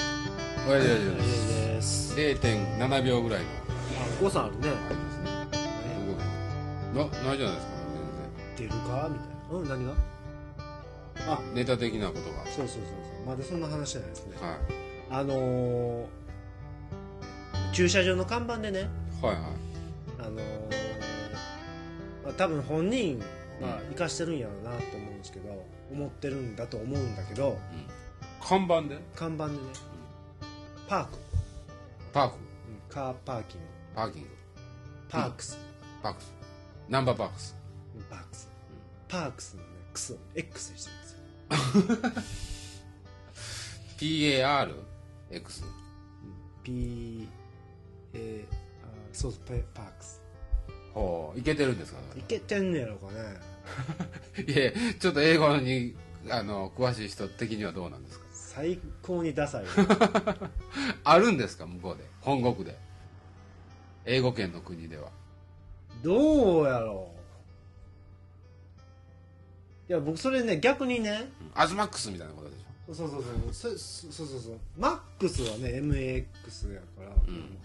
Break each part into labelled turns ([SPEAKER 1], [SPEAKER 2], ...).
[SPEAKER 1] 大丈夫大丈夫
[SPEAKER 2] 大丈夫です
[SPEAKER 1] 0.7秒ぐらいの
[SPEAKER 2] 誤差あるね
[SPEAKER 1] 動きなないじゃないですか
[SPEAKER 2] 出るかみたいなうん何があ
[SPEAKER 1] 全然ネタ的なこと
[SPEAKER 2] そうそうそうそうまだそんな話じゃないですね
[SPEAKER 1] が、はい、
[SPEAKER 2] あのー駐車場の看板でね
[SPEAKER 1] はいはい
[SPEAKER 2] あのーまあ、多分本人は生かしてるんやろうなと思うんですけど思ってるんだと思うんだけど
[SPEAKER 1] 看板で
[SPEAKER 2] 看板でねパーク、
[SPEAKER 1] パーク
[SPEAKER 2] うんカーパーキング
[SPEAKER 1] パーキング
[SPEAKER 2] パークス、
[SPEAKER 1] パークスナンバーパークス
[SPEAKER 2] パークス、パークスのねクスを X にしてるんですよ
[SPEAKER 1] PARX
[SPEAKER 2] P A あそうそうパパークス
[SPEAKER 1] ほういけてるんですか
[SPEAKER 2] いけてんねやろかね
[SPEAKER 1] いやちょっと英語にあの詳しい人的にはどうなんですか
[SPEAKER 2] 最高にダサい
[SPEAKER 1] あるんですか向こうで本国で英語圏の国では
[SPEAKER 2] どうやろういや僕それね逆にね
[SPEAKER 1] うんアズマックスみたいなことでしょ
[SPEAKER 2] そうそうそうそうそそうそうそうマックスはね MAX やから、
[SPEAKER 1] ん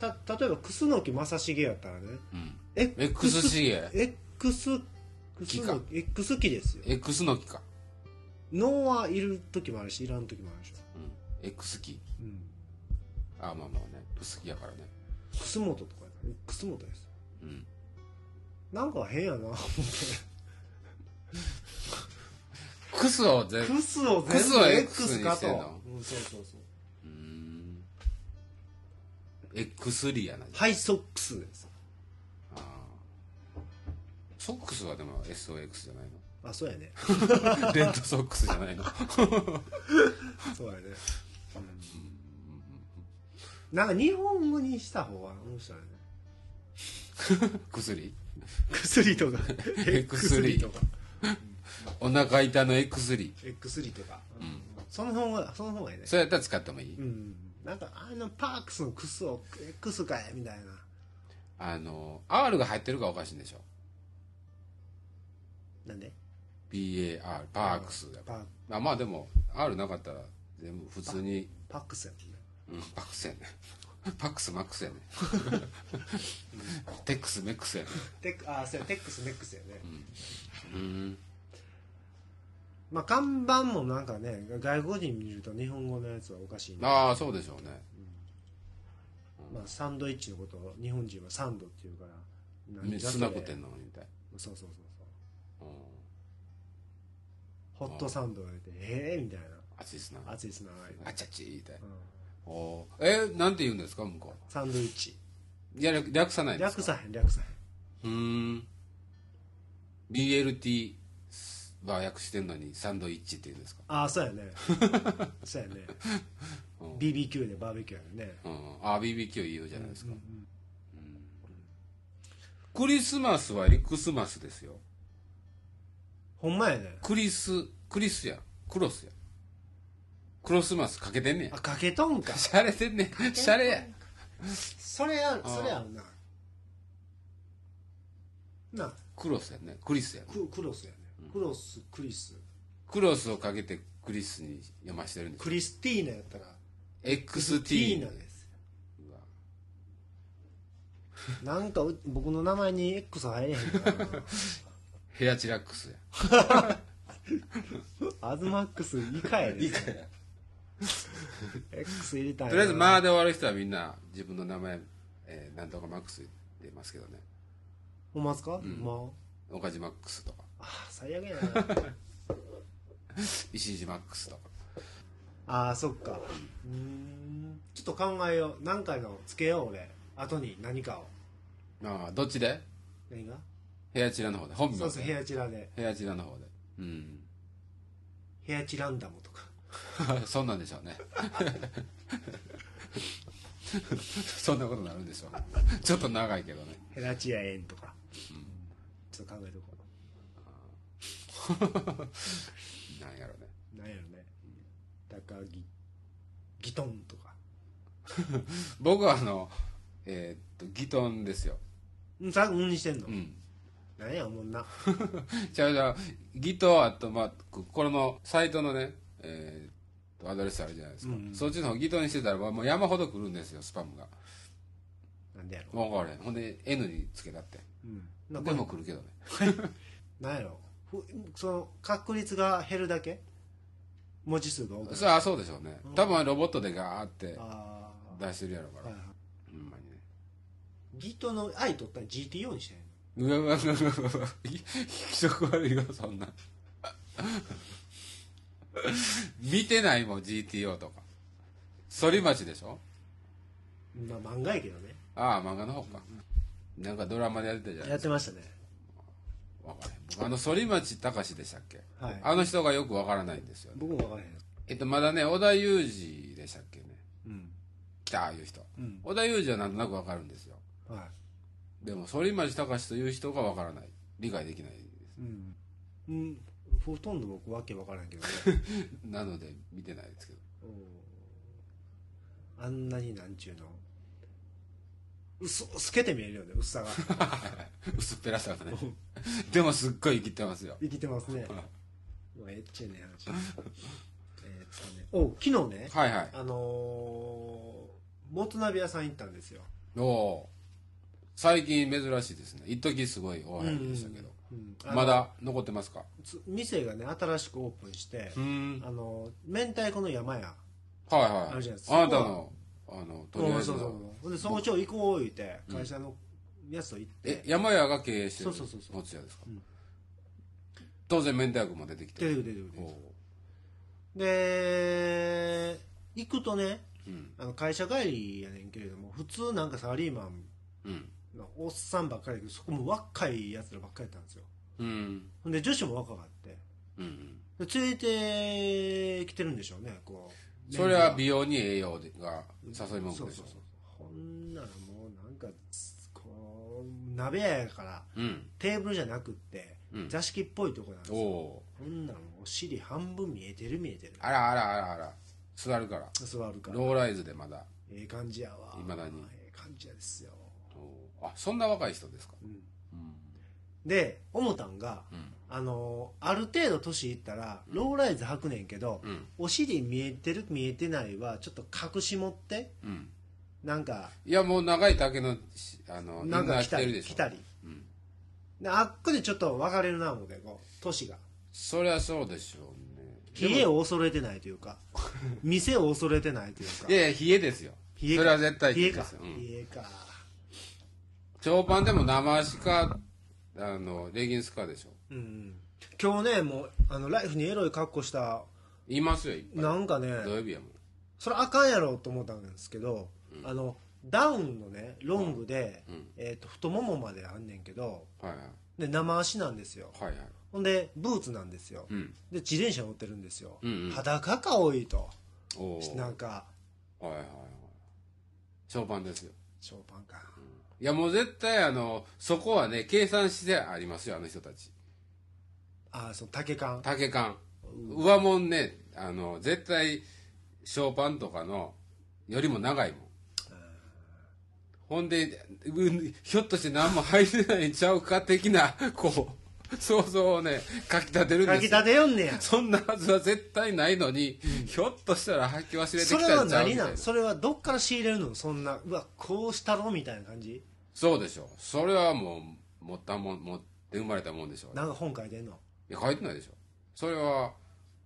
[SPEAKER 2] た例えば楠木正成やったらね
[SPEAKER 1] うん
[SPEAKER 2] え
[SPEAKER 1] X シ
[SPEAKER 2] X
[SPEAKER 1] 木か
[SPEAKER 2] 楠木 X 期ですよ
[SPEAKER 1] X の木か、
[SPEAKER 2] 脳はいる時もあるしいらん時もあるし、
[SPEAKER 1] うん、X 木
[SPEAKER 2] うん、
[SPEAKER 1] あまあまあね好きやからね
[SPEAKER 2] 楠本とかやからね楠本です
[SPEAKER 1] うん
[SPEAKER 2] なんか変やな
[SPEAKER 1] クスを全
[SPEAKER 2] クスを
[SPEAKER 1] ク
[SPEAKER 2] 全
[SPEAKER 1] ス
[SPEAKER 2] 部
[SPEAKER 1] は
[SPEAKER 2] X か
[SPEAKER 1] X
[SPEAKER 2] と
[SPEAKER 1] にしてんの
[SPEAKER 2] うん、そうそうそう
[SPEAKER 1] うーん X リやな
[SPEAKER 2] ハイソックスです
[SPEAKER 1] あーソックスはでも SOX じゃない
[SPEAKER 2] あそうやね
[SPEAKER 1] の レッドソックスじゃないの
[SPEAKER 2] そうやね、うん、なんか日本語にした方が面白いね
[SPEAKER 1] 薬
[SPEAKER 2] 薬とか
[SPEAKER 1] 薬
[SPEAKER 2] とか
[SPEAKER 1] お腹痛の X リ
[SPEAKER 2] X3 とか、その方がその方がいいね
[SPEAKER 1] それやったら使ってもいい、
[SPEAKER 2] うんなんかあのパークスのクスを X かいみたいな
[SPEAKER 1] あの R が入ってるからおかしいんでしょ
[SPEAKER 2] なんで
[SPEAKER 1] PAR パークスやから
[SPEAKER 2] パ
[SPEAKER 1] あまあでも R なかったら全部普通に
[SPEAKER 2] パックスやもんね
[SPEAKER 1] うん、パックスやね。パックスマックスや ね。テックスメックスやね。
[SPEAKER 2] テックあそうやテックスメックスやね、
[SPEAKER 1] うん。
[SPEAKER 2] まあ看板もなんかね外国人見ると日本語のやつはおかしいね
[SPEAKER 1] ああ、そうでしょうね。
[SPEAKER 2] まあ、サンドイッチのことを日本人はサンドっていうから
[SPEAKER 1] めっちゃ
[SPEAKER 2] そ
[SPEAKER 1] 少
[SPEAKER 2] れ
[SPEAKER 1] なくてんのみたい。
[SPEAKER 2] そうそうそうそう
[SPEAKER 1] うん。
[SPEAKER 2] ホットサンドを入れてええみたい
[SPEAKER 1] 熱いっすな。
[SPEAKER 2] な熱いですな、
[SPEAKER 1] あちゃち言いたい。
[SPEAKER 2] うん、
[SPEAKER 1] おおー。え、なんて言うんですか向こ
[SPEAKER 2] サンドイッチ
[SPEAKER 1] う。いや、略略さないんですか
[SPEAKER 2] 略さへん略さへん
[SPEAKER 1] うーん。BLT は訳してんのにサンドイッチって言うんですか
[SPEAKER 2] ああそうやね そうやね BBQ でバーベキューやるね
[SPEAKER 1] うん。あ、BBQ 言うじゃないですか。うんクリスマスはエクスマスですよ。
[SPEAKER 2] ほんまやね
[SPEAKER 1] クリス、クリスや、クロスや。クロスマスかけてんね
[SPEAKER 2] あかけとんか
[SPEAKER 1] や。しゃれてんねん。しゃれや。
[SPEAKER 2] それや
[SPEAKER 1] あー
[SPEAKER 2] それやんなな
[SPEAKER 1] クロスやね。クリスやね。
[SPEAKER 2] ククロスやねクロスクリス
[SPEAKER 1] クロスをかけてクリスに読ましてるんです
[SPEAKER 2] ク
[SPEAKER 1] よ。
[SPEAKER 2] リスティーナやったら
[SPEAKER 1] XT。
[SPEAKER 2] ナですなんかう僕の名前に X 入れへんかな
[SPEAKER 1] ヘアチラックスや。
[SPEAKER 2] アズマックス以下やで X 入れたんやな
[SPEAKER 1] とりあえず、まあで終わる人はみんな自分の名前、えーなんとかマックス言ってますけどね。
[SPEAKER 2] ほんまっすか、ま
[SPEAKER 1] 岡地マックスとか、
[SPEAKER 2] ああー最悪やな
[SPEAKER 1] 石井マックスとか。
[SPEAKER 2] ああそっかうーんちょっと考えよう何回のつけよう俺後に何かを
[SPEAKER 1] ああ、どっちで
[SPEAKER 2] 何が
[SPEAKER 1] ヘアチラの方で。本名
[SPEAKER 2] そうそう
[SPEAKER 1] で。
[SPEAKER 2] ヘアチラで
[SPEAKER 1] ヘアチラの方で。うん。
[SPEAKER 2] ヘアチランダムとか
[SPEAKER 1] そんなんでしょうねそんなことになるんでしょうちょっと長いけどね
[SPEAKER 2] ヘラチアエンとか、ちょっと考えとこ
[SPEAKER 1] なんやろね
[SPEAKER 2] うなんやろね高木ギトンとか
[SPEAKER 1] 僕はあのえーっとギトンですよ
[SPEAKER 2] うんさうんにしてんの、
[SPEAKER 1] うん
[SPEAKER 2] なんやおもんな
[SPEAKER 1] じゃあじゃあギトあとまあここのサイトのね、えとアドレスあるじゃないですか、
[SPEAKER 2] うんうん
[SPEAKER 1] そっちの方ギトにしてたらもう山ほど来るんですよスパムが
[SPEAKER 2] なんでやろ
[SPEAKER 1] 分かれへんほんで N につけたって
[SPEAKER 2] うんなんか
[SPEAKER 1] でも来るけどね
[SPEAKER 2] なんやろふその確率が減るだけ文字数が多くなる
[SPEAKER 1] それはそうでしょうね
[SPEAKER 2] うん
[SPEAKER 1] 多分ロボットでガーって
[SPEAKER 2] あー
[SPEAKER 1] 出してるやろうか
[SPEAKER 2] はい
[SPEAKER 1] ら
[SPEAKER 2] はい
[SPEAKER 1] ほんまにね
[SPEAKER 2] ギトの愛取ったら GTO にしてんの
[SPEAKER 1] うわうわうわうわうわひ気色悪いよそんな見てないもん GTO とか反町でしょ
[SPEAKER 2] まあ漫画やけどね
[SPEAKER 1] ああ漫画の方かなんかドラマでやってたじゃないで
[SPEAKER 2] やっ
[SPEAKER 1] す
[SPEAKER 2] てましたね
[SPEAKER 1] か分からへん僕あの反町隆史でしたっけ
[SPEAKER 2] はい
[SPEAKER 1] あの人がよく分からないんですよね
[SPEAKER 2] 僕も分からへん
[SPEAKER 1] えっとまだね織田裕二でしたっけね
[SPEAKER 2] うん
[SPEAKER 1] 来たああいう人
[SPEAKER 2] うん
[SPEAKER 1] 織田裕二はなんとなく分かるんですよ
[SPEAKER 2] は
[SPEAKER 1] でも反町隆史という人が分からない理解できないで
[SPEAKER 2] いうん、うん、ほとんど僕わけ分からへんけどね
[SPEAKER 1] すなので見てないですけど
[SPEAKER 2] あんなになんちゅうの薄透けて見えるよね薄さが
[SPEAKER 1] 薄っぺらさがねでもすっごい生きてますよ
[SPEAKER 2] 生きてますねもうええっちゅうね話えっとねお昨日ね
[SPEAKER 1] はいはい
[SPEAKER 2] あのー、もつ鍋屋さん行ったんですよ
[SPEAKER 1] おお最近珍しいですね一時すごい大流行りでしたけど、
[SPEAKER 2] うん
[SPEAKER 1] まだ残ってますか
[SPEAKER 2] つ店がね新しくオープンして、
[SPEAKER 1] うん
[SPEAKER 2] あの明太子の山屋
[SPEAKER 1] はい
[SPEAKER 2] あ
[SPEAKER 1] は
[SPEAKER 2] る
[SPEAKER 1] い
[SPEAKER 2] じゃないですか
[SPEAKER 1] あなたのあのとりあえず
[SPEAKER 2] そうそう
[SPEAKER 1] の
[SPEAKER 2] そうほんで早朝行こう言うて会社のやつと行って、
[SPEAKER 1] え山屋が経営してる
[SPEAKER 2] そうそうそうそう
[SPEAKER 1] もつ屋ですか、
[SPEAKER 2] うん
[SPEAKER 1] 当然明太子も出てきて
[SPEAKER 2] 出てくる出てくる出てく
[SPEAKER 1] お
[SPEAKER 2] る
[SPEAKER 1] お
[SPEAKER 2] で行くとね
[SPEAKER 1] うん
[SPEAKER 2] あの会社帰りやねんけれども普通なんかサラリーマン
[SPEAKER 1] うん
[SPEAKER 2] のおっさんばっかりやけどそこも若いやつらばっかりやったんですよ
[SPEAKER 1] うん
[SPEAKER 2] ほんで女子も若かって
[SPEAKER 1] うん
[SPEAKER 2] で連れてきてるんでしょうねこう
[SPEAKER 1] それは美容に栄養でが誘い文
[SPEAKER 2] そ
[SPEAKER 1] 句
[SPEAKER 2] う
[SPEAKER 1] でし
[SPEAKER 2] そ
[SPEAKER 1] ょ
[SPEAKER 2] うそうほんならもうなんかこう鍋屋やから
[SPEAKER 1] うん
[SPEAKER 2] テーブルじゃなくって
[SPEAKER 1] うん
[SPEAKER 2] 座敷っぽいとこなんです
[SPEAKER 1] お
[SPEAKER 2] よ
[SPEAKER 1] お
[SPEAKER 2] ほんならもうお尻半分見えてる見えてる
[SPEAKER 1] あらあらあらあら座るから
[SPEAKER 2] 座るから
[SPEAKER 1] ローライズでまだ
[SPEAKER 2] ええ感じやわ
[SPEAKER 1] 未だに
[SPEAKER 2] ええ感じやですよ、
[SPEAKER 1] おーあそんな若い人ですか
[SPEAKER 2] うん
[SPEAKER 1] うん
[SPEAKER 2] で思ったんが
[SPEAKER 1] うん
[SPEAKER 2] あのある程度年いったらローライズ履くねんけど、
[SPEAKER 1] うん
[SPEAKER 2] お尻見えてる見えてないはちょっと隠し持って
[SPEAKER 1] うん
[SPEAKER 2] なんか
[SPEAKER 1] いやもう長い丈のしあのみん
[SPEAKER 2] なんか
[SPEAKER 1] な
[SPEAKER 2] 来
[SPEAKER 1] 着
[SPEAKER 2] た
[SPEAKER 1] てる
[SPEAKER 2] り
[SPEAKER 1] でし
[SPEAKER 2] 来
[SPEAKER 1] ょ
[SPEAKER 2] たり
[SPEAKER 1] うん
[SPEAKER 2] であっこでちょっと分かれるな思うてこう年が
[SPEAKER 1] そりゃそうでしょうね
[SPEAKER 2] 冷えを恐れてないとい うか店を恐れてないというか
[SPEAKER 1] いやいや冷えですよそ
[SPEAKER 2] 冷えか
[SPEAKER 1] れは絶対
[SPEAKER 2] 冷
[SPEAKER 1] 冷
[SPEAKER 2] え
[SPEAKER 1] え
[SPEAKER 2] か
[SPEAKER 1] ですようん
[SPEAKER 2] 冷えか
[SPEAKER 1] 長パンでも生足かあのレギンスかでしょ
[SPEAKER 2] うんうん今日ねもうあのライフにエロい格好した
[SPEAKER 1] いますよいっぱい
[SPEAKER 2] なんかね
[SPEAKER 1] 土曜日やもん
[SPEAKER 2] それあかんやろと思ったんですけど、あのダウンのねロングで、
[SPEAKER 1] うん
[SPEAKER 2] えー、と太ももまであんねんけど
[SPEAKER 1] はいはい
[SPEAKER 2] で生足なんですよ
[SPEAKER 1] はいはい
[SPEAKER 2] ほんでブーツなんですよ、
[SPEAKER 1] うん
[SPEAKER 2] で自転車乗ってるんですよ、
[SPEAKER 1] うんうん
[SPEAKER 2] 裸か多いと
[SPEAKER 1] おー
[SPEAKER 2] なんか
[SPEAKER 1] はいはいはい長パンですよ
[SPEAKER 2] ショーパンか
[SPEAKER 1] いやもう絶対あのそこはね計算してありますよあの人たち
[SPEAKER 2] ああその竹缶
[SPEAKER 1] 竹缶上もんねあの絶対ショーパンとかのよりも長いもんほんでうんひょっとして何も履いてないんちゃうか的なこう想像をねかきたてるん
[SPEAKER 2] か
[SPEAKER 1] で
[SPEAKER 2] き
[SPEAKER 1] すよ
[SPEAKER 2] 立てよんねや
[SPEAKER 1] そんなはずは絶対ないのに、ひょっとしたら履き忘れてき
[SPEAKER 2] そ
[SPEAKER 1] たん
[SPEAKER 2] れ
[SPEAKER 1] ちゃう
[SPEAKER 2] は
[SPEAKER 1] みたい
[SPEAKER 2] 何な
[SPEAKER 1] なん
[SPEAKER 2] それはどっから仕入れるのそんなうわこうしたろみたいな感じ
[SPEAKER 1] そうでしょそれはもう持ったもん持って生まれたもんでしょう
[SPEAKER 2] なんか本書いてんの
[SPEAKER 1] いや書いてないでしょそれは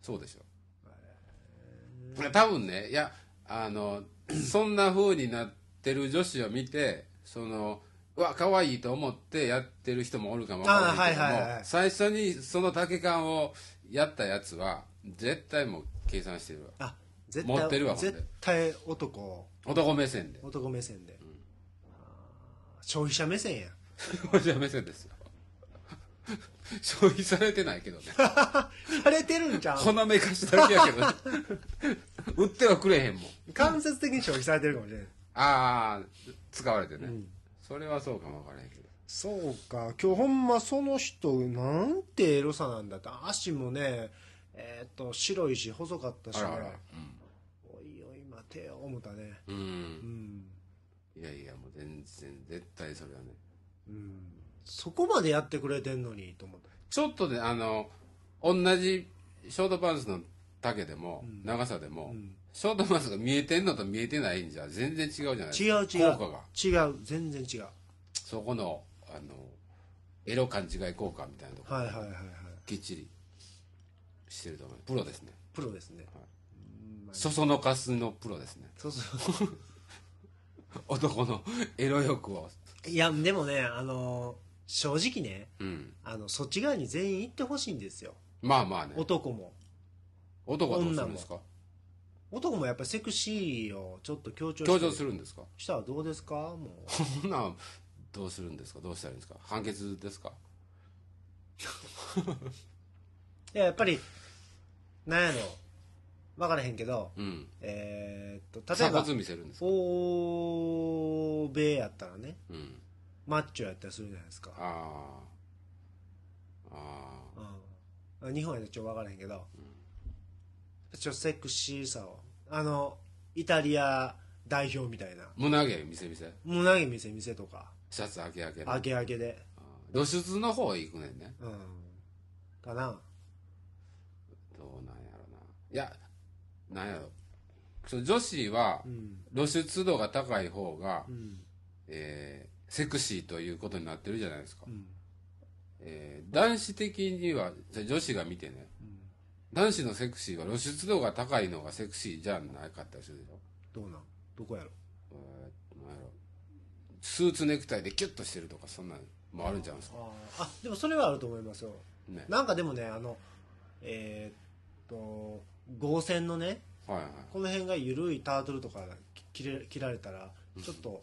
[SPEAKER 1] そうでしょいや多分ねいやあの そんな風になってる女子を見てそのうわ可愛いと思ってやってる人もおるかもわかんないけども
[SPEAKER 2] あーはいはいはい
[SPEAKER 1] 最初にその竹缶をやったやつは絶対もう計算してるわ
[SPEAKER 2] あ絶対
[SPEAKER 1] 持ってるわほんで
[SPEAKER 2] 絶対男
[SPEAKER 1] 男目線で
[SPEAKER 2] 男目線で、あー消費者目線や
[SPEAKER 1] 男目線ですよ消費されてない けどね
[SPEAKER 2] されてるんじゃ
[SPEAKER 1] ほ
[SPEAKER 2] ん
[SPEAKER 1] なめかしだけやけどね売ってはくれへんもん
[SPEAKER 2] 間接的に消費されてるかもしれない
[SPEAKER 1] ああ使われてね、それはそうかもわからへんけど
[SPEAKER 2] そうか今日ほんまその人なんてエロさなんだって足もねえーっと白いし細かったし
[SPEAKER 1] あ
[SPEAKER 2] ね
[SPEAKER 1] らあら
[SPEAKER 2] おいおい待てよ思ったね
[SPEAKER 1] うん、
[SPEAKER 2] うん、
[SPEAKER 1] いやいやもう全然絶対それはね
[SPEAKER 2] うん、そこまでやってくれてんのにと思った
[SPEAKER 1] ちょっとねあの同じショートパンツの丈でも、
[SPEAKER 2] ん
[SPEAKER 1] 長さでも、
[SPEAKER 2] ん
[SPEAKER 1] ショートマスが見えてんのと見えてないんじゃ全然違うじゃないです
[SPEAKER 2] 違
[SPEAKER 1] か
[SPEAKER 2] う違う
[SPEAKER 1] 効果が
[SPEAKER 2] 違う全然違う
[SPEAKER 1] そこのあのエロ勘違い効果みたいなとこ
[SPEAKER 2] はいはいはいはい
[SPEAKER 1] きっちりしてると思うプロですね
[SPEAKER 2] プロですね、
[SPEAKER 1] はい
[SPEAKER 2] うんまあ
[SPEAKER 1] そそのかすのプロですね
[SPEAKER 2] そうそう
[SPEAKER 1] 男のエロ欲を
[SPEAKER 2] いやでもねあの正直ね
[SPEAKER 1] うん
[SPEAKER 2] あのそっち側に全員行ってほしいんですよ
[SPEAKER 1] まあまあね
[SPEAKER 2] 男も
[SPEAKER 1] 男はどうするんですか
[SPEAKER 2] 男もやっぱりセクシーをちょっと強調
[SPEAKER 1] 強調
[SPEAKER 2] し
[SPEAKER 1] す
[SPEAKER 2] て
[SPEAKER 1] るんですか
[SPEAKER 2] したらどうですかもう
[SPEAKER 1] そんなんどうするんですかどうしたらいいんですか判決ですか
[SPEAKER 2] いややっぱりなんやろ分からへんけど
[SPEAKER 1] うん
[SPEAKER 2] えーっと例え
[SPEAKER 1] 鎖
[SPEAKER 2] ば
[SPEAKER 1] 骨見せるんですか
[SPEAKER 2] 欧米やったらね
[SPEAKER 1] うん
[SPEAKER 2] マッチョやったりするじゃないですか、
[SPEAKER 1] あああ
[SPEAKER 2] うん、日本やとちょっと分からへんけど、ちょっとセクシーさをあのイタリア代表みたいな
[SPEAKER 1] あ胸毛見せ見せ
[SPEAKER 2] 胸毛見せ見せとか
[SPEAKER 1] シャツ開け開けの
[SPEAKER 2] あげあげで
[SPEAKER 1] あー露出の方行くねんね
[SPEAKER 2] うんかな
[SPEAKER 1] どうなんやろないやなんやろその女子は
[SPEAKER 2] うん
[SPEAKER 1] 露出度が高い方が、
[SPEAKER 2] うん
[SPEAKER 1] えーセクシーということになってるじゃないですか、
[SPEAKER 2] うん
[SPEAKER 1] えー男子的にはじゃあ女子が見てね
[SPEAKER 2] うん
[SPEAKER 1] 男子のセクシーは露出度が高いのがセクシーじゃなかったりするでしょ、
[SPEAKER 2] どうなんどこやろ
[SPEAKER 1] えーなんやろスーツネクタイでキュッとしてるとかそんなんもあるんじゃないですか
[SPEAKER 2] あーあでもそれはあると思いますよ
[SPEAKER 1] ね
[SPEAKER 2] なんかでもねあのえーっと合戦のね
[SPEAKER 1] はいはい
[SPEAKER 2] この辺が緩いタートルとか切れ切られたらちょっと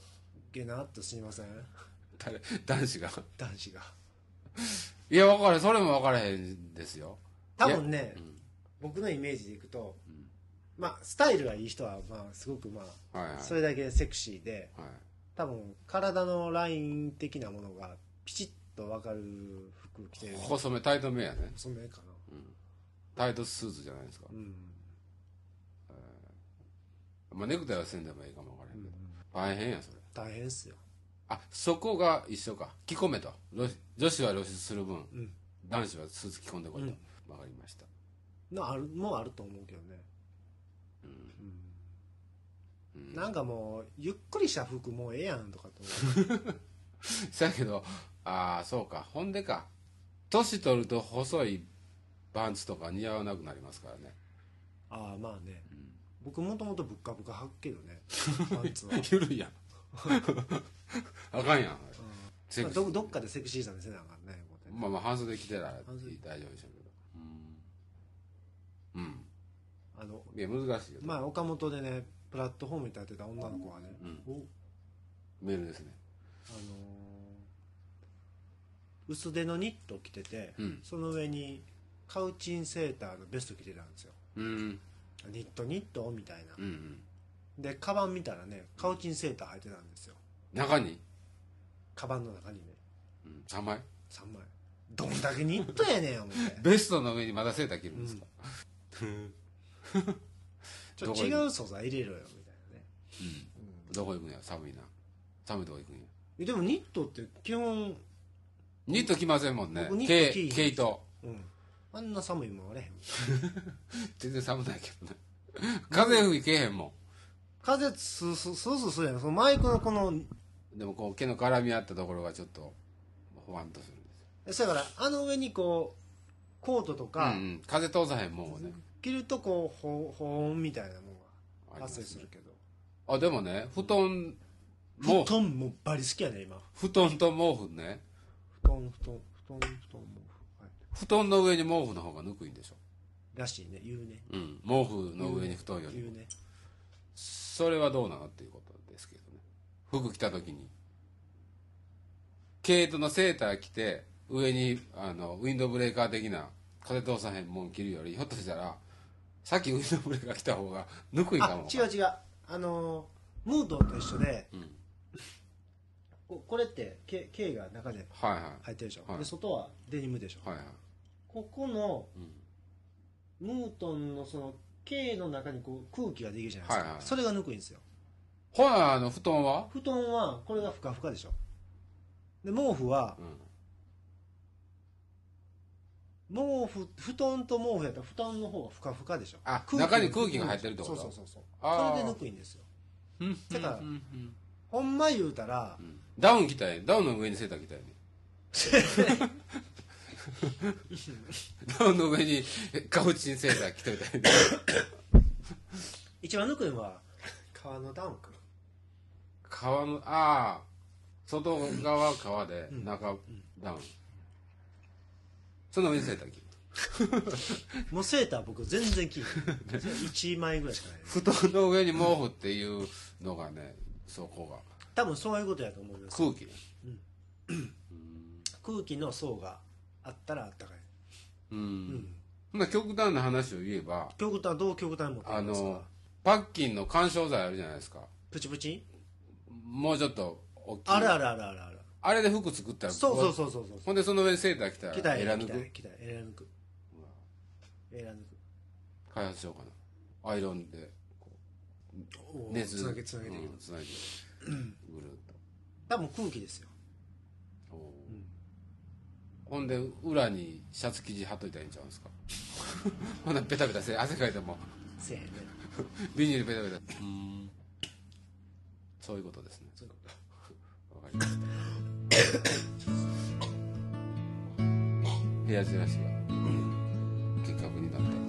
[SPEAKER 2] ゲナっとすみません
[SPEAKER 1] 誰男子が
[SPEAKER 2] 男子が
[SPEAKER 1] いや分かるそれも分からへんですよ
[SPEAKER 2] 多分ね、
[SPEAKER 1] うん
[SPEAKER 2] 僕のイメージでいくと、
[SPEAKER 1] ん
[SPEAKER 2] まあスタイルがいい人はまあすごくまあ
[SPEAKER 1] はいはい
[SPEAKER 2] それだけセクシーで
[SPEAKER 1] はい
[SPEAKER 2] 多分体のライン的なものがピチッと分かる服着てる
[SPEAKER 1] 細めタイトめやね
[SPEAKER 2] そんな絵か
[SPEAKER 1] タイトスーツじゃないですか
[SPEAKER 2] な、うん
[SPEAKER 1] まあネクタイはせんでもいいかも分からへんけど、大変やそれ
[SPEAKER 2] 大変っすよ
[SPEAKER 1] あそこが一緒か着込めと露女子は露出する分、
[SPEAKER 2] ん
[SPEAKER 1] 男子はスーツ着込んでこいと、
[SPEAKER 2] うん
[SPEAKER 1] 分かりました
[SPEAKER 2] のあるもうあると思うけどね、うんなんかもうゆっくりした服もうええやんとか と思
[SPEAKER 1] そやけどああそうかほんでか年取ると細いパンツとか似合わなくなりますからね
[SPEAKER 2] うああまあね、僕もともとぶっかぶか履くけど ねパンツは
[SPEAKER 1] ゆるいやん あかんやんセ
[SPEAKER 2] ま
[SPEAKER 1] ク
[SPEAKER 2] あ
[SPEAKER 1] シー
[SPEAKER 2] どどっかでセクシーさ見せなあかんねこうやってね
[SPEAKER 1] まあまあ半袖着てたら
[SPEAKER 2] 半袖
[SPEAKER 1] 大丈夫でしょうけどうんうん
[SPEAKER 2] あの
[SPEAKER 1] いや難しいよ、
[SPEAKER 2] 前岡本でねプラットフォームに立ってた女の子はね、
[SPEAKER 1] うん
[SPEAKER 2] お
[SPEAKER 1] メールですね
[SPEAKER 2] あのー薄手のニット着てて、
[SPEAKER 1] うん
[SPEAKER 2] その上にカウチンセーターのベスト着てたんですよ
[SPEAKER 1] うん
[SPEAKER 2] ニットニットみたいな、
[SPEAKER 1] うんうん
[SPEAKER 2] でカバン見たらねカウチンセーター履いてたんですよ
[SPEAKER 1] 中に、
[SPEAKER 2] カバンの中にね
[SPEAKER 1] うん、3枚
[SPEAKER 2] 3枚どんだけニットやねん思って
[SPEAKER 1] ベストの上にまだセーター着るんですか、
[SPEAKER 2] ちょっと違う素材入れろよみたいなね
[SPEAKER 1] どこ行くんや寒いな寒いとこ行くんや
[SPEAKER 2] えでもニットって基本
[SPEAKER 1] ニット着ませんもんね
[SPEAKER 2] 僕ニット
[SPEAKER 1] 毛
[SPEAKER 2] 着いひん
[SPEAKER 1] 毛糸
[SPEAKER 2] うんあんな寒いもんあれへん
[SPEAKER 1] 全然寒ないけどね風吹いけへんも
[SPEAKER 2] 風スースースースーするやんそのマイクのこの
[SPEAKER 1] んでもこう毛の絡み合ったところがちょっとほわんとするんですよ
[SPEAKER 2] そやからあの上にこうコートとか
[SPEAKER 1] うんうん、風通さへんもんをね
[SPEAKER 2] 着るとこう保保温みたいなも
[SPEAKER 1] あり
[SPEAKER 2] のが
[SPEAKER 1] ます
[SPEAKER 2] 発
[SPEAKER 1] ね
[SPEAKER 2] 生するけど
[SPEAKER 1] あでもね布団も
[SPEAKER 2] 布団もバリ好きやね今
[SPEAKER 1] 布団と毛布ね
[SPEAKER 2] 布団布団布団布団も、はい、
[SPEAKER 1] 布団の上に毛布の方がぬくいんでしょ、
[SPEAKER 2] らしいね言うね
[SPEAKER 1] うん、毛布の上に布団より
[SPEAKER 2] 言うね
[SPEAKER 1] それはどうなのっていうことですけどね服着た時に毛糸のセーター着て上にあのウィンドブレーカー的な風通さへんもん着るよりひょっとしたらさっきウィンドブレーカー着た方がぬくいか
[SPEAKER 2] あ
[SPEAKER 1] も
[SPEAKER 2] 違う違うあのームードと一緒で
[SPEAKER 1] うん、
[SPEAKER 2] ここれって毛毛が中で
[SPEAKER 1] はいはい
[SPEAKER 2] 入ってるでしょ、
[SPEAKER 1] はい
[SPEAKER 2] で外はデニムでしょ、
[SPEAKER 1] はいはい
[SPEAKER 2] ここの
[SPEAKER 1] うん
[SPEAKER 2] ムートンのその毛の中にこう空気ができるじゃないですか、
[SPEAKER 1] はいはい
[SPEAKER 2] それがぬくいんですよ
[SPEAKER 1] ほらあの布団は
[SPEAKER 2] 布団はこれがふかふかでしょで毛布は
[SPEAKER 1] うん
[SPEAKER 2] 毛布布団と毛布やったら布団の方がふかふかでしょ
[SPEAKER 1] あ
[SPEAKER 2] が
[SPEAKER 1] 中に空気が入ってるってこと
[SPEAKER 2] そうそうそうそう
[SPEAKER 1] あー
[SPEAKER 2] それでぬくいんですよ
[SPEAKER 1] うん
[SPEAKER 2] だから
[SPEAKER 1] うんうん
[SPEAKER 2] ほんま言うたら
[SPEAKER 1] うんダウン着たいダウンの上にセーター着たいね ダウンの上にカウチンセーター着てみたいね
[SPEAKER 2] 一番ぬくいのは革のダウンか
[SPEAKER 1] 革のああ外側革で
[SPEAKER 2] うん
[SPEAKER 1] 中ダウンその上にセーター着る
[SPEAKER 2] もうセーター僕全 然着ない1枚ぐらいしかないです
[SPEAKER 1] 布団の上に毛布っていうのがねそこが
[SPEAKER 2] 多分そういうことやと思います
[SPEAKER 1] 空気
[SPEAKER 2] 空気の層があったらあったかい、
[SPEAKER 1] うん、
[SPEAKER 2] うん、
[SPEAKER 1] ほんなら極端な話を言えば
[SPEAKER 2] 極端どう極端に持ってき
[SPEAKER 1] あ
[SPEAKER 2] ますか
[SPEAKER 1] のパッキンの緩衝材あるじゃないですか
[SPEAKER 2] プチプチ
[SPEAKER 1] もうちょっと大きい
[SPEAKER 2] あるあるあるあるある
[SPEAKER 1] あれで服作ったら
[SPEAKER 2] そうそうそうそうそう
[SPEAKER 1] ほんでその上にセーター着たら
[SPEAKER 2] 来た
[SPEAKER 1] エ
[SPEAKER 2] エ
[SPEAKER 1] ラ
[SPEAKER 2] ラ
[SPEAKER 1] 抜
[SPEAKER 2] 抜
[SPEAKER 1] く
[SPEAKER 2] く来たエラ抜くエラ抜く
[SPEAKER 1] 開発しようかなアイロンで
[SPEAKER 2] おー
[SPEAKER 1] 熱
[SPEAKER 2] つなげつなげていく
[SPEAKER 1] うんつなげてぐるっ
[SPEAKER 2] 多分空気ですよ
[SPEAKER 1] とおーほんで裏にシャツ生地貼っといたらいいんちゃうんですか ほんならベタベタせ汗かいても
[SPEAKER 2] せやね
[SPEAKER 1] ビニールベタベタそういうことですね
[SPEAKER 2] そういうこと
[SPEAKER 1] わかりました部屋じらしが結核になった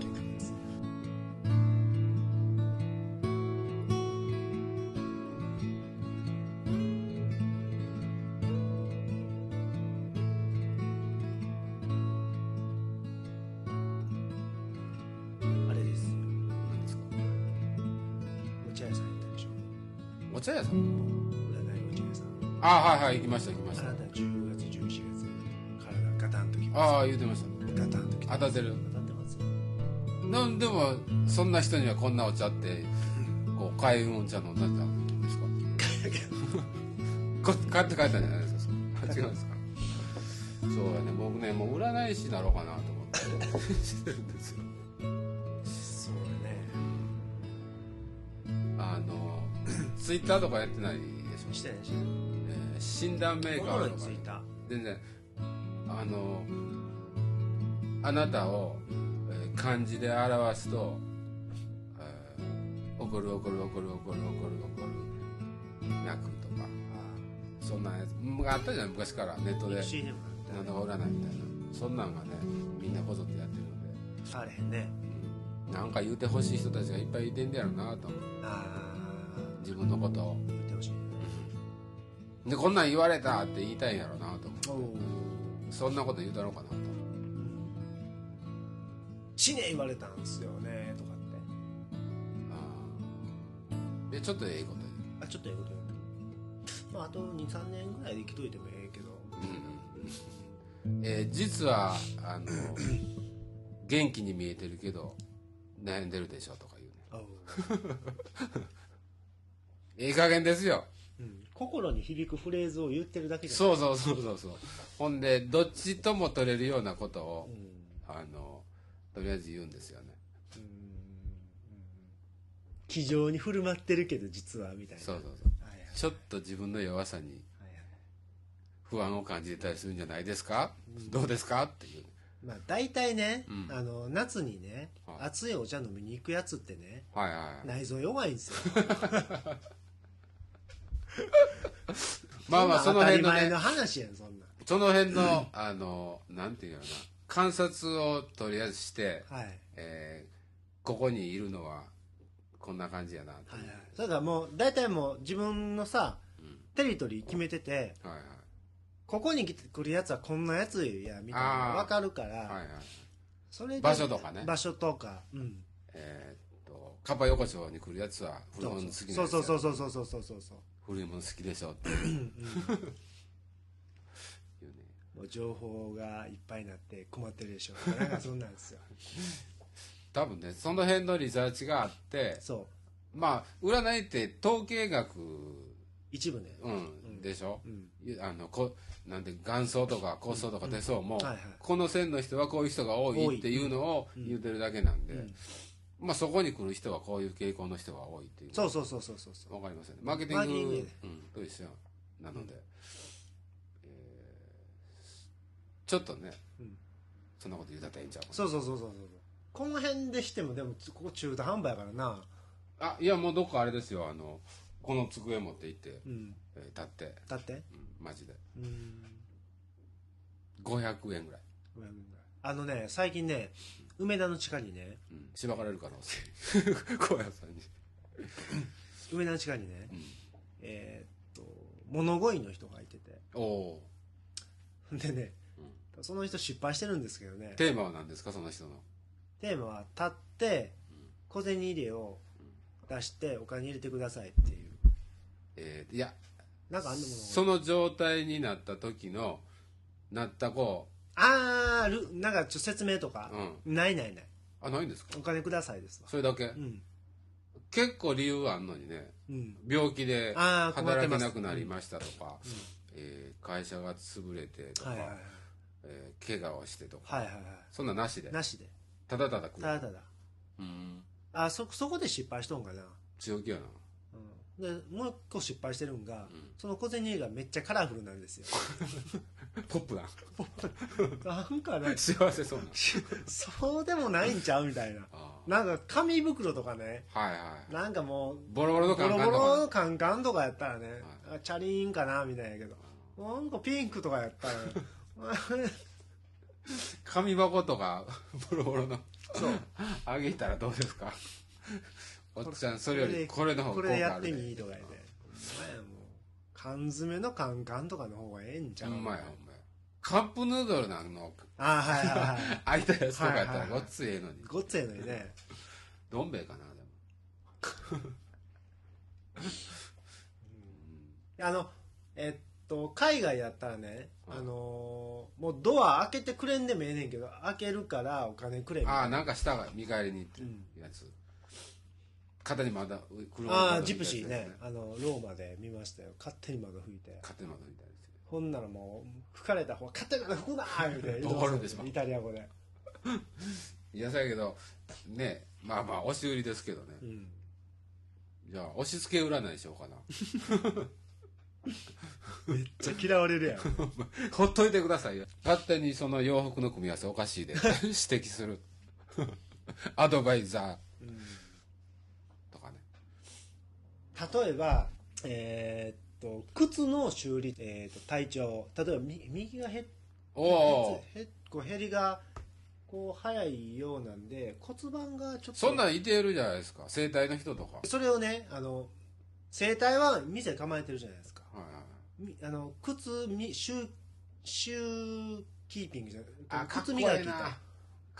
[SPEAKER 2] あれです
[SPEAKER 1] 何ですか
[SPEAKER 2] お茶屋さん行ったでしょ
[SPEAKER 1] お茶屋さん
[SPEAKER 2] 占いお茶屋さん
[SPEAKER 1] あはいはい行きました行きまし
[SPEAKER 2] あ
[SPEAKER 1] た
[SPEAKER 2] なた10月11月体ガタンときま
[SPEAKER 1] ああ言ってました
[SPEAKER 2] すガタンときます
[SPEAKER 1] 当たってる
[SPEAKER 2] 当たってますよ
[SPEAKER 1] なんでもそんな人にはこんなお茶ってこう開運お茶飲んだんじゃんですか こ買って帰ったんじゃないですかそれあ違うんですかそうやね僕ねもう占い師なろうかなと思ってしてるんですよ
[SPEAKER 2] そうだね
[SPEAKER 1] あのツイッターとかやってないでし
[SPEAKER 2] し
[SPEAKER 1] ょ、
[SPEAKER 2] てないしてない
[SPEAKER 1] えー診断メーカ
[SPEAKER 2] おもろ
[SPEAKER 1] ー
[SPEAKER 2] い
[SPEAKER 1] と
[SPEAKER 2] の
[SPEAKER 1] か
[SPEAKER 2] ついた
[SPEAKER 1] 全然あのあなたを、えー漢字で表すと「えー怒る怒る怒る怒る怒る怒る泣く」とかそんなやつむあったじゃない昔からネットで
[SPEAKER 2] CM
[SPEAKER 1] なんとか占いみたいなそんなんがねみんなこぞってやってるので、
[SPEAKER 2] あれへんね
[SPEAKER 1] うん、なんか言うてほしい人たちがいっぱいいてんだやろなと思う
[SPEAKER 2] ああ
[SPEAKER 1] 自分のことを
[SPEAKER 2] 言ってほしい
[SPEAKER 1] でこんなん言われたって言いたいんやろなと思
[SPEAKER 2] おお
[SPEAKER 1] うそんなこと言うたろうかなと思う
[SPEAKER 2] 死ね言われたんですよねとかって
[SPEAKER 1] うんでちょっとええこと言う
[SPEAKER 2] あちょっとええこと言うまああと23年ぐらいで生きといてもええけど
[SPEAKER 1] えー実はあの元気に見えてるけど悩んでるでしょとか言うね
[SPEAKER 2] あお
[SPEAKER 1] ええ加減ですよ
[SPEAKER 2] うん、心に響くフレーズを言ってるだけじゃない
[SPEAKER 1] そうそうそうそうそうほんでどっちとも取れるようなことを
[SPEAKER 2] うん
[SPEAKER 1] あのとりあえず言うんですよね
[SPEAKER 2] うん気丈に振る舞ってるけど実はみたいな
[SPEAKER 1] そうそうそう
[SPEAKER 2] はいはい
[SPEAKER 1] ちょっと自分の弱さに
[SPEAKER 2] はいはい
[SPEAKER 1] 不安を感じたりするんじゃないですかどうですかっていう
[SPEAKER 2] まあ大体ね、
[SPEAKER 1] うん
[SPEAKER 2] あの夏にね
[SPEAKER 1] はい
[SPEAKER 2] 熱いお茶飲みに行くやつってね
[SPEAKER 1] はいはい
[SPEAKER 2] 内臓弱いんですよ
[SPEAKER 1] まあまあそ
[SPEAKER 2] ん
[SPEAKER 1] の
[SPEAKER 2] な当
[SPEAKER 1] 辺
[SPEAKER 2] たり
[SPEAKER 1] の
[SPEAKER 2] 前
[SPEAKER 1] ね
[SPEAKER 2] の話やんそんな
[SPEAKER 1] その辺のあのなんていうのかな観察をとりあえずして
[SPEAKER 2] はいはい
[SPEAKER 1] えーここにいるのはこんな感じやなと
[SPEAKER 2] はいそれからもう大体もう自分のさテリトリー決めてて
[SPEAKER 1] はいはい
[SPEAKER 2] ここに来てくるやつはこんなやつやみたいなのが分かるから、
[SPEAKER 1] はいはい
[SPEAKER 2] それで
[SPEAKER 1] 場所とかね
[SPEAKER 2] 場所とかうん
[SPEAKER 1] えーっとカッパ横丁に来るやつは古いもの好きなんです
[SPEAKER 2] そ
[SPEAKER 1] よ
[SPEAKER 2] うそうそうそうそうそうそうそうそう
[SPEAKER 1] 古いもの好きでしょって いうね
[SPEAKER 2] もう情報がいっぱいになって困ってるでしょうなんかそんなん ですよ
[SPEAKER 1] 多分ねその辺のリサーチがあって
[SPEAKER 2] そう
[SPEAKER 1] まあ占いって統計学
[SPEAKER 2] 一部ね
[SPEAKER 1] うんでしょ
[SPEAKER 2] う、ん
[SPEAKER 1] あのこなんて元祖とか骨相とか手相も、
[SPEAKER 2] うんはいはい
[SPEAKER 1] この線の人はこういう人が多い
[SPEAKER 2] 多い
[SPEAKER 1] っていうのを言ってるだけなんで、
[SPEAKER 2] うん
[SPEAKER 1] まあ、そこに来る人はこういう傾向の人が多いっていう
[SPEAKER 2] そうそうそうそうそうそう
[SPEAKER 1] わかりますよねマーケティング
[SPEAKER 2] マーケティングやね
[SPEAKER 1] うん、と一緒なので、えーちょっとね、
[SPEAKER 2] うん
[SPEAKER 1] そんなこと言うたったらええんちゃう
[SPEAKER 2] そうそうそうそうそうこの辺でしてもでもここ中途半端やからな
[SPEAKER 1] あいやもうどっかあれですよあのこの机持って行って、
[SPEAKER 2] うん
[SPEAKER 1] えー立って、
[SPEAKER 2] だって
[SPEAKER 1] うんマジで
[SPEAKER 2] うん
[SPEAKER 1] 500円ぐらい、
[SPEAKER 2] 500円ぐらいあのね最近ね梅田の地下にね
[SPEAKER 1] うん、しばかれる可能性 小屋さんに
[SPEAKER 2] 梅田の地下にね、
[SPEAKER 1] うん
[SPEAKER 2] えーっと物乞いの人がいてて
[SPEAKER 1] おお
[SPEAKER 2] でね、その人失敗してるんですけどね
[SPEAKER 1] ーテーマは何ですかその人の
[SPEAKER 2] テーマは「立って小銭入れを出してお金入れてください」っていう
[SPEAKER 1] えーいや
[SPEAKER 2] なんかあんなもの
[SPEAKER 1] その状態になった時のなった子
[SPEAKER 2] あーるなんかちょっと説明とか、ないないない
[SPEAKER 1] あないんですか
[SPEAKER 2] お金くださいですわ
[SPEAKER 1] それだけ、
[SPEAKER 2] うん
[SPEAKER 1] 結構理由あんのにね
[SPEAKER 2] うん
[SPEAKER 1] 病気で
[SPEAKER 2] あー困っ
[SPEAKER 1] 働
[SPEAKER 2] てま
[SPEAKER 1] け
[SPEAKER 2] す
[SPEAKER 1] なくなりましたとか、えー会社が潰れてとか、
[SPEAKER 2] はいはいはい
[SPEAKER 1] えー怪我をしてとか
[SPEAKER 2] はいはいは
[SPEAKER 1] そんなんなしで
[SPEAKER 2] いなしで
[SPEAKER 1] ただただ来
[SPEAKER 2] た
[SPEAKER 1] る
[SPEAKER 2] だただ
[SPEAKER 1] うん
[SPEAKER 2] あそそこで失敗しとんかな、
[SPEAKER 1] 強気やな
[SPEAKER 2] うん、でもう一個失敗してるんが、
[SPEAKER 1] ん
[SPEAKER 2] その小銭入れがめっちゃカラフルなんですよ
[SPEAKER 1] ポップな
[SPEAKER 2] なんかね
[SPEAKER 1] 幸せそうな
[SPEAKER 2] そうでもないんちゃうみたいな
[SPEAKER 1] あ
[SPEAKER 2] なんか紙袋とかね
[SPEAKER 1] ーはいはい
[SPEAKER 2] なんかもう
[SPEAKER 1] ボロボロの
[SPEAKER 2] ボ
[SPEAKER 1] 感
[SPEAKER 2] ロ
[SPEAKER 1] 覚
[SPEAKER 2] ボロの
[SPEAKER 1] とか
[SPEAKER 2] カンカンとかやったらね、あチャリーンかなみたいやけどなんかピンクとかやったら
[SPEAKER 1] 紙箱とか ボロボロの
[SPEAKER 2] そう
[SPEAKER 1] あげたらどうですかおっちゃんそれよ
[SPEAKER 2] これ
[SPEAKER 1] りこれの方
[SPEAKER 2] こ
[SPEAKER 1] が効
[SPEAKER 2] れ
[SPEAKER 1] 果
[SPEAKER 2] や
[SPEAKER 1] あ
[SPEAKER 2] っ
[SPEAKER 1] るで
[SPEAKER 2] てみとかやでお前もう缶詰のカンカンとかの方がええんちゃ
[SPEAKER 1] ほ
[SPEAKER 2] うん
[SPEAKER 1] まやほんまやカップヌードルなんの
[SPEAKER 2] ああはいはいはい
[SPEAKER 1] 開いたやつとかやったら
[SPEAKER 2] はいはい
[SPEAKER 1] ご
[SPEAKER 2] はい
[SPEAKER 1] っつええのに
[SPEAKER 2] ごっつええのにね
[SPEAKER 1] どん兵衛かなでも
[SPEAKER 2] あのえっと海外やったらね、
[SPEAKER 1] はい
[SPEAKER 2] あのーもうドア開けてくれんでもええねんけど開けるからお金くれみたい
[SPEAKER 1] あ
[SPEAKER 2] な
[SPEAKER 1] あなんか下が見返りにって
[SPEAKER 2] うん
[SPEAKER 1] やつ肩にまだ車
[SPEAKER 2] ああジプシーねあのローマで見ましたよ勝手に窓拭いて
[SPEAKER 1] 肩にまだみたいですよ
[SPEAKER 2] ほんならもう吹かれた方が勝手に窓拭くなー言う て
[SPEAKER 1] 怒るんですか
[SPEAKER 2] イタリア語で、
[SPEAKER 1] いやそうやけどねまあまあ押し売りですけどね
[SPEAKER 2] うん、
[SPEAKER 1] じゃあ押し付け占いしようかな
[SPEAKER 2] めっちゃ嫌われるやん
[SPEAKER 1] ほっといてくださいよ勝手にその洋服の組み合わせおかしいで 指摘する アドバイザーとかね
[SPEAKER 2] 例えばえーっと靴の修理、えーっと体調例えばみ右が減っ
[SPEAKER 1] おお
[SPEAKER 2] へこう減りがこう早いようなんで骨盤がちょっと
[SPEAKER 1] そんなんいてるじゃないですか整体の人とかはい
[SPEAKER 2] それをねあの整体は店構えてるじゃないですか
[SPEAKER 1] はいはい
[SPEAKER 2] みあの靴みシューシューキーピングじゃな
[SPEAKER 1] あ
[SPEAKER 2] い
[SPEAKER 1] かっこ
[SPEAKER 2] 靴
[SPEAKER 1] いい
[SPEAKER 2] 磨
[SPEAKER 1] な
[SPEAKER 2] きと
[SPEAKER 1] か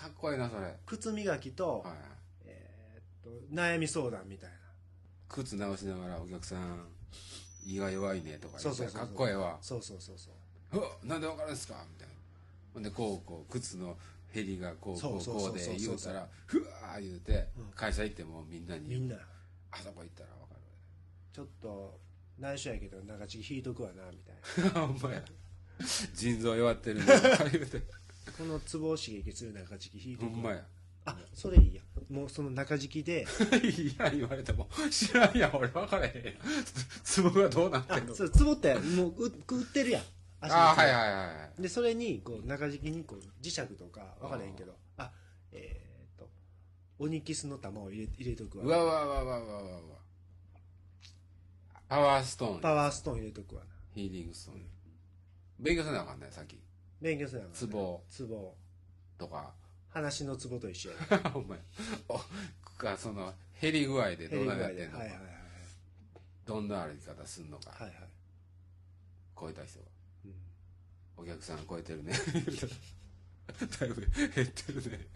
[SPEAKER 1] っこいいなそれ、はい、
[SPEAKER 2] 靴磨きと,、えーっと悩み相談みたいな
[SPEAKER 1] 靴直しながらお客さん胃が弱いねとか言って
[SPEAKER 2] そうそうそうそう
[SPEAKER 1] かっこええわ
[SPEAKER 2] そうそうそうそう
[SPEAKER 1] うわなんでわかるんですかみたいなほんでこうこう靴の減りがこう
[SPEAKER 2] そう
[SPEAKER 1] こう
[SPEAKER 2] そう
[SPEAKER 1] こう
[SPEAKER 2] そう
[SPEAKER 1] で
[SPEAKER 2] そう
[SPEAKER 1] 言うたらふわー言うて
[SPEAKER 2] うん
[SPEAKER 1] 会社行ってもみんなに、
[SPEAKER 2] みんな
[SPEAKER 1] あそこ行ったらわかる
[SPEAKER 2] ちょっと内緒やけど中地引いとくわなみたいな
[SPEAKER 1] ほんまや腎臓弱ってるね言うて
[SPEAKER 2] このツボを刺激する中敷き引いと
[SPEAKER 1] ほ
[SPEAKER 2] くわ
[SPEAKER 1] んまや
[SPEAKER 2] あそれいいやもうその中 敷きで
[SPEAKER 1] いや言われても知らんやん俺分からへんやんつぼがどうなって
[SPEAKER 2] あ
[SPEAKER 1] んの
[SPEAKER 2] それツボってもうう売ってるやん足の
[SPEAKER 1] あ
[SPEAKER 2] ツボ
[SPEAKER 1] はいはいはいはい
[SPEAKER 2] でそれにこう中敷きにこう磁石とか分からへんけどあえーっとオニキスの玉を入れ入れとくわ
[SPEAKER 1] うわうわうわうわうわうわうわパワーストー
[SPEAKER 2] パ
[SPEAKER 1] ン
[SPEAKER 2] ワーストーン入れとくわな
[SPEAKER 1] ヒーリングストーン勉強せなあかんねさっき
[SPEAKER 2] 勉強するやん
[SPEAKER 1] ツボ
[SPEAKER 2] ツボ
[SPEAKER 1] とか
[SPEAKER 2] 話のツボと一緒や
[SPEAKER 1] お前おかその減り具合で どんなやってんのか、
[SPEAKER 2] はいはいはい
[SPEAKER 1] どんな歩き方すんのか、
[SPEAKER 2] はいはい、
[SPEAKER 1] 超えた人が
[SPEAKER 2] うん
[SPEAKER 1] お客さん超えてる ねだいぶ減ってるね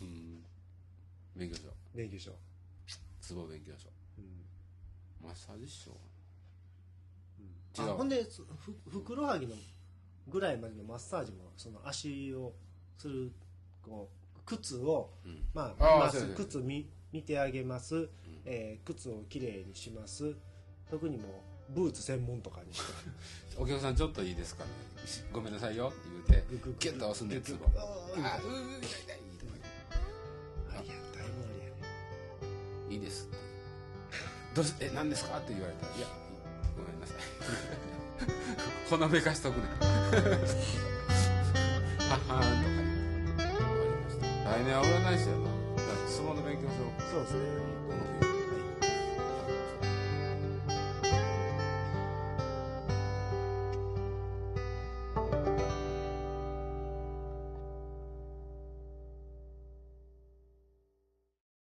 [SPEAKER 1] うん勉強しよう
[SPEAKER 2] 勉強しよ
[SPEAKER 1] ツボ勉強しよ
[SPEAKER 2] う、うん
[SPEAKER 1] うマッサージしよ
[SPEAKER 2] あ
[SPEAKER 1] 違う
[SPEAKER 2] ほんでそふふくらはぎのぐらいまでのマッサージもその足をするこう靴を
[SPEAKER 1] う、うん、
[SPEAKER 2] ま
[SPEAKER 1] あ
[SPEAKER 2] あ、
[SPEAKER 1] ー
[SPEAKER 2] 見ます
[SPEAKER 1] そうやそうや
[SPEAKER 2] 靴見見てあげます、えー靴をきれいにします特にもうブーツ専門とかにして
[SPEAKER 1] お客さんちょっといいですかねごめんなさいよ言うて
[SPEAKER 2] グググ
[SPEAKER 1] ギュッと押すんでツボ
[SPEAKER 2] あーみたいな
[SPEAKER 1] あうう痛い痛いとか
[SPEAKER 2] ありやだいぶありやね
[SPEAKER 1] 言っていいですってどうしえ何ですかって言われたらいやごめんなさい ほのめかしとくねはは来年は占い師やな。だから相撲の勉強しよう。
[SPEAKER 2] そうですね
[SPEAKER 1] この日